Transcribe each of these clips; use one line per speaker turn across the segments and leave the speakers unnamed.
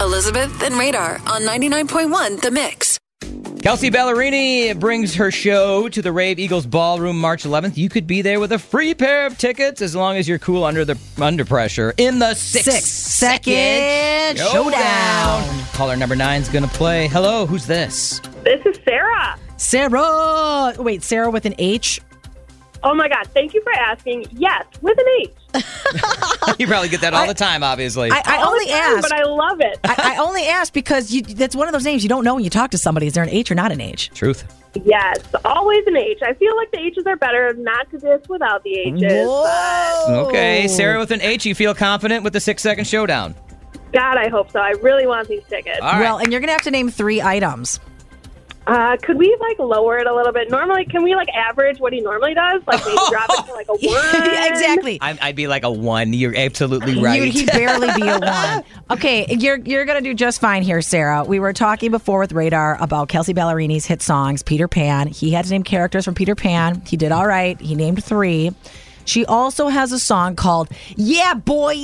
Elizabeth and Radar on 99.1 The Mix.
Kelsey Ballerini brings her show to the Rave Eagles Ballroom March 11th. You could be there with a free pair of tickets as long as you're cool under the under pressure in the six,
Six second showdown.
Caller number nine's gonna play. Hello, who's this?
This is Sarah.
Sarah. Wait, Sarah with an H.
Oh my God. Thank you for asking. Yes, with an H.
You probably get that all the time, obviously.
I, I
All the
only
time,
asked.
But
I,
I love it.
I only asked because you, that's one of those names you don't know when you talk to somebody. Is there an H or not an H?
Truth.
yes, always an H. I feel like the H's are better, not to this without the H's. But
Whoa.
Okay, Sarah with an H. You feel confident with the six second showdown?
God, I hope so. I really want these tickets.
All right.
Well, and you're gonna have to name three items.
Uh, could we like lower it a little bit? Normally, can we like average what he normally does? Like maybe drop it to like a one.
Yeah, exactly.
I, I'd be like a one. You're absolutely right.
You'd, he'd barely be a one. Okay, you're you're gonna do just fine here, Sarah. We were talking before with Radar about Kelsey Ballerini's hit songs, Peter Pan. He had to name characters from Peter Pan. He did all right. He named three. She also has a song called "Yeah Boy."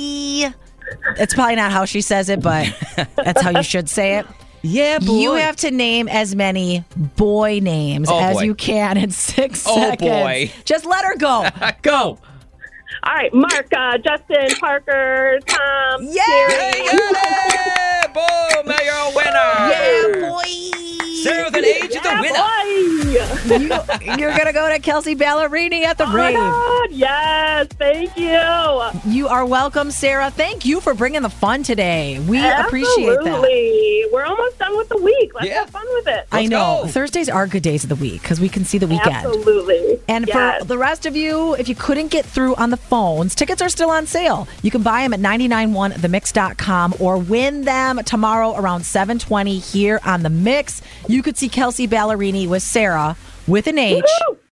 It's probably not how she says it, but that's how you should say it.
yeah, boy.
You have to name as many boy names
Oh,
as
boy.
you can in six
Oh,
seconds.
boy.
Just let her go.
go.
All right, Mark, uh, Justin, Parker, Tom.
Yay!
Jerry.
Yeah, boom! Now you're a winner.
Yeah, boy.
Sarah with an H is a
Yeah,
winner.
boy.
you, you're gonna go to Kelsey Ballerini at the
Oh my
rave.
God, yes, thank you.
You are welcome, Sarah. Thank you for bringing the fun today. We appreciate that.
Absolutely. We're almost done with the week. Let's
Yeah.
have fun with it.
I know
go.
Thursdays are good days of the week because we can see the weekend.
Absolutely.
And
Yes.
for the rest of you, if you couldn't get through on the phones, tickets are still on sale. You can buy them at 991themix.com or win them tomorrow around 720 here on The Mix. You could see Kelsey Ballerini with Sarah with an H
Woohoo!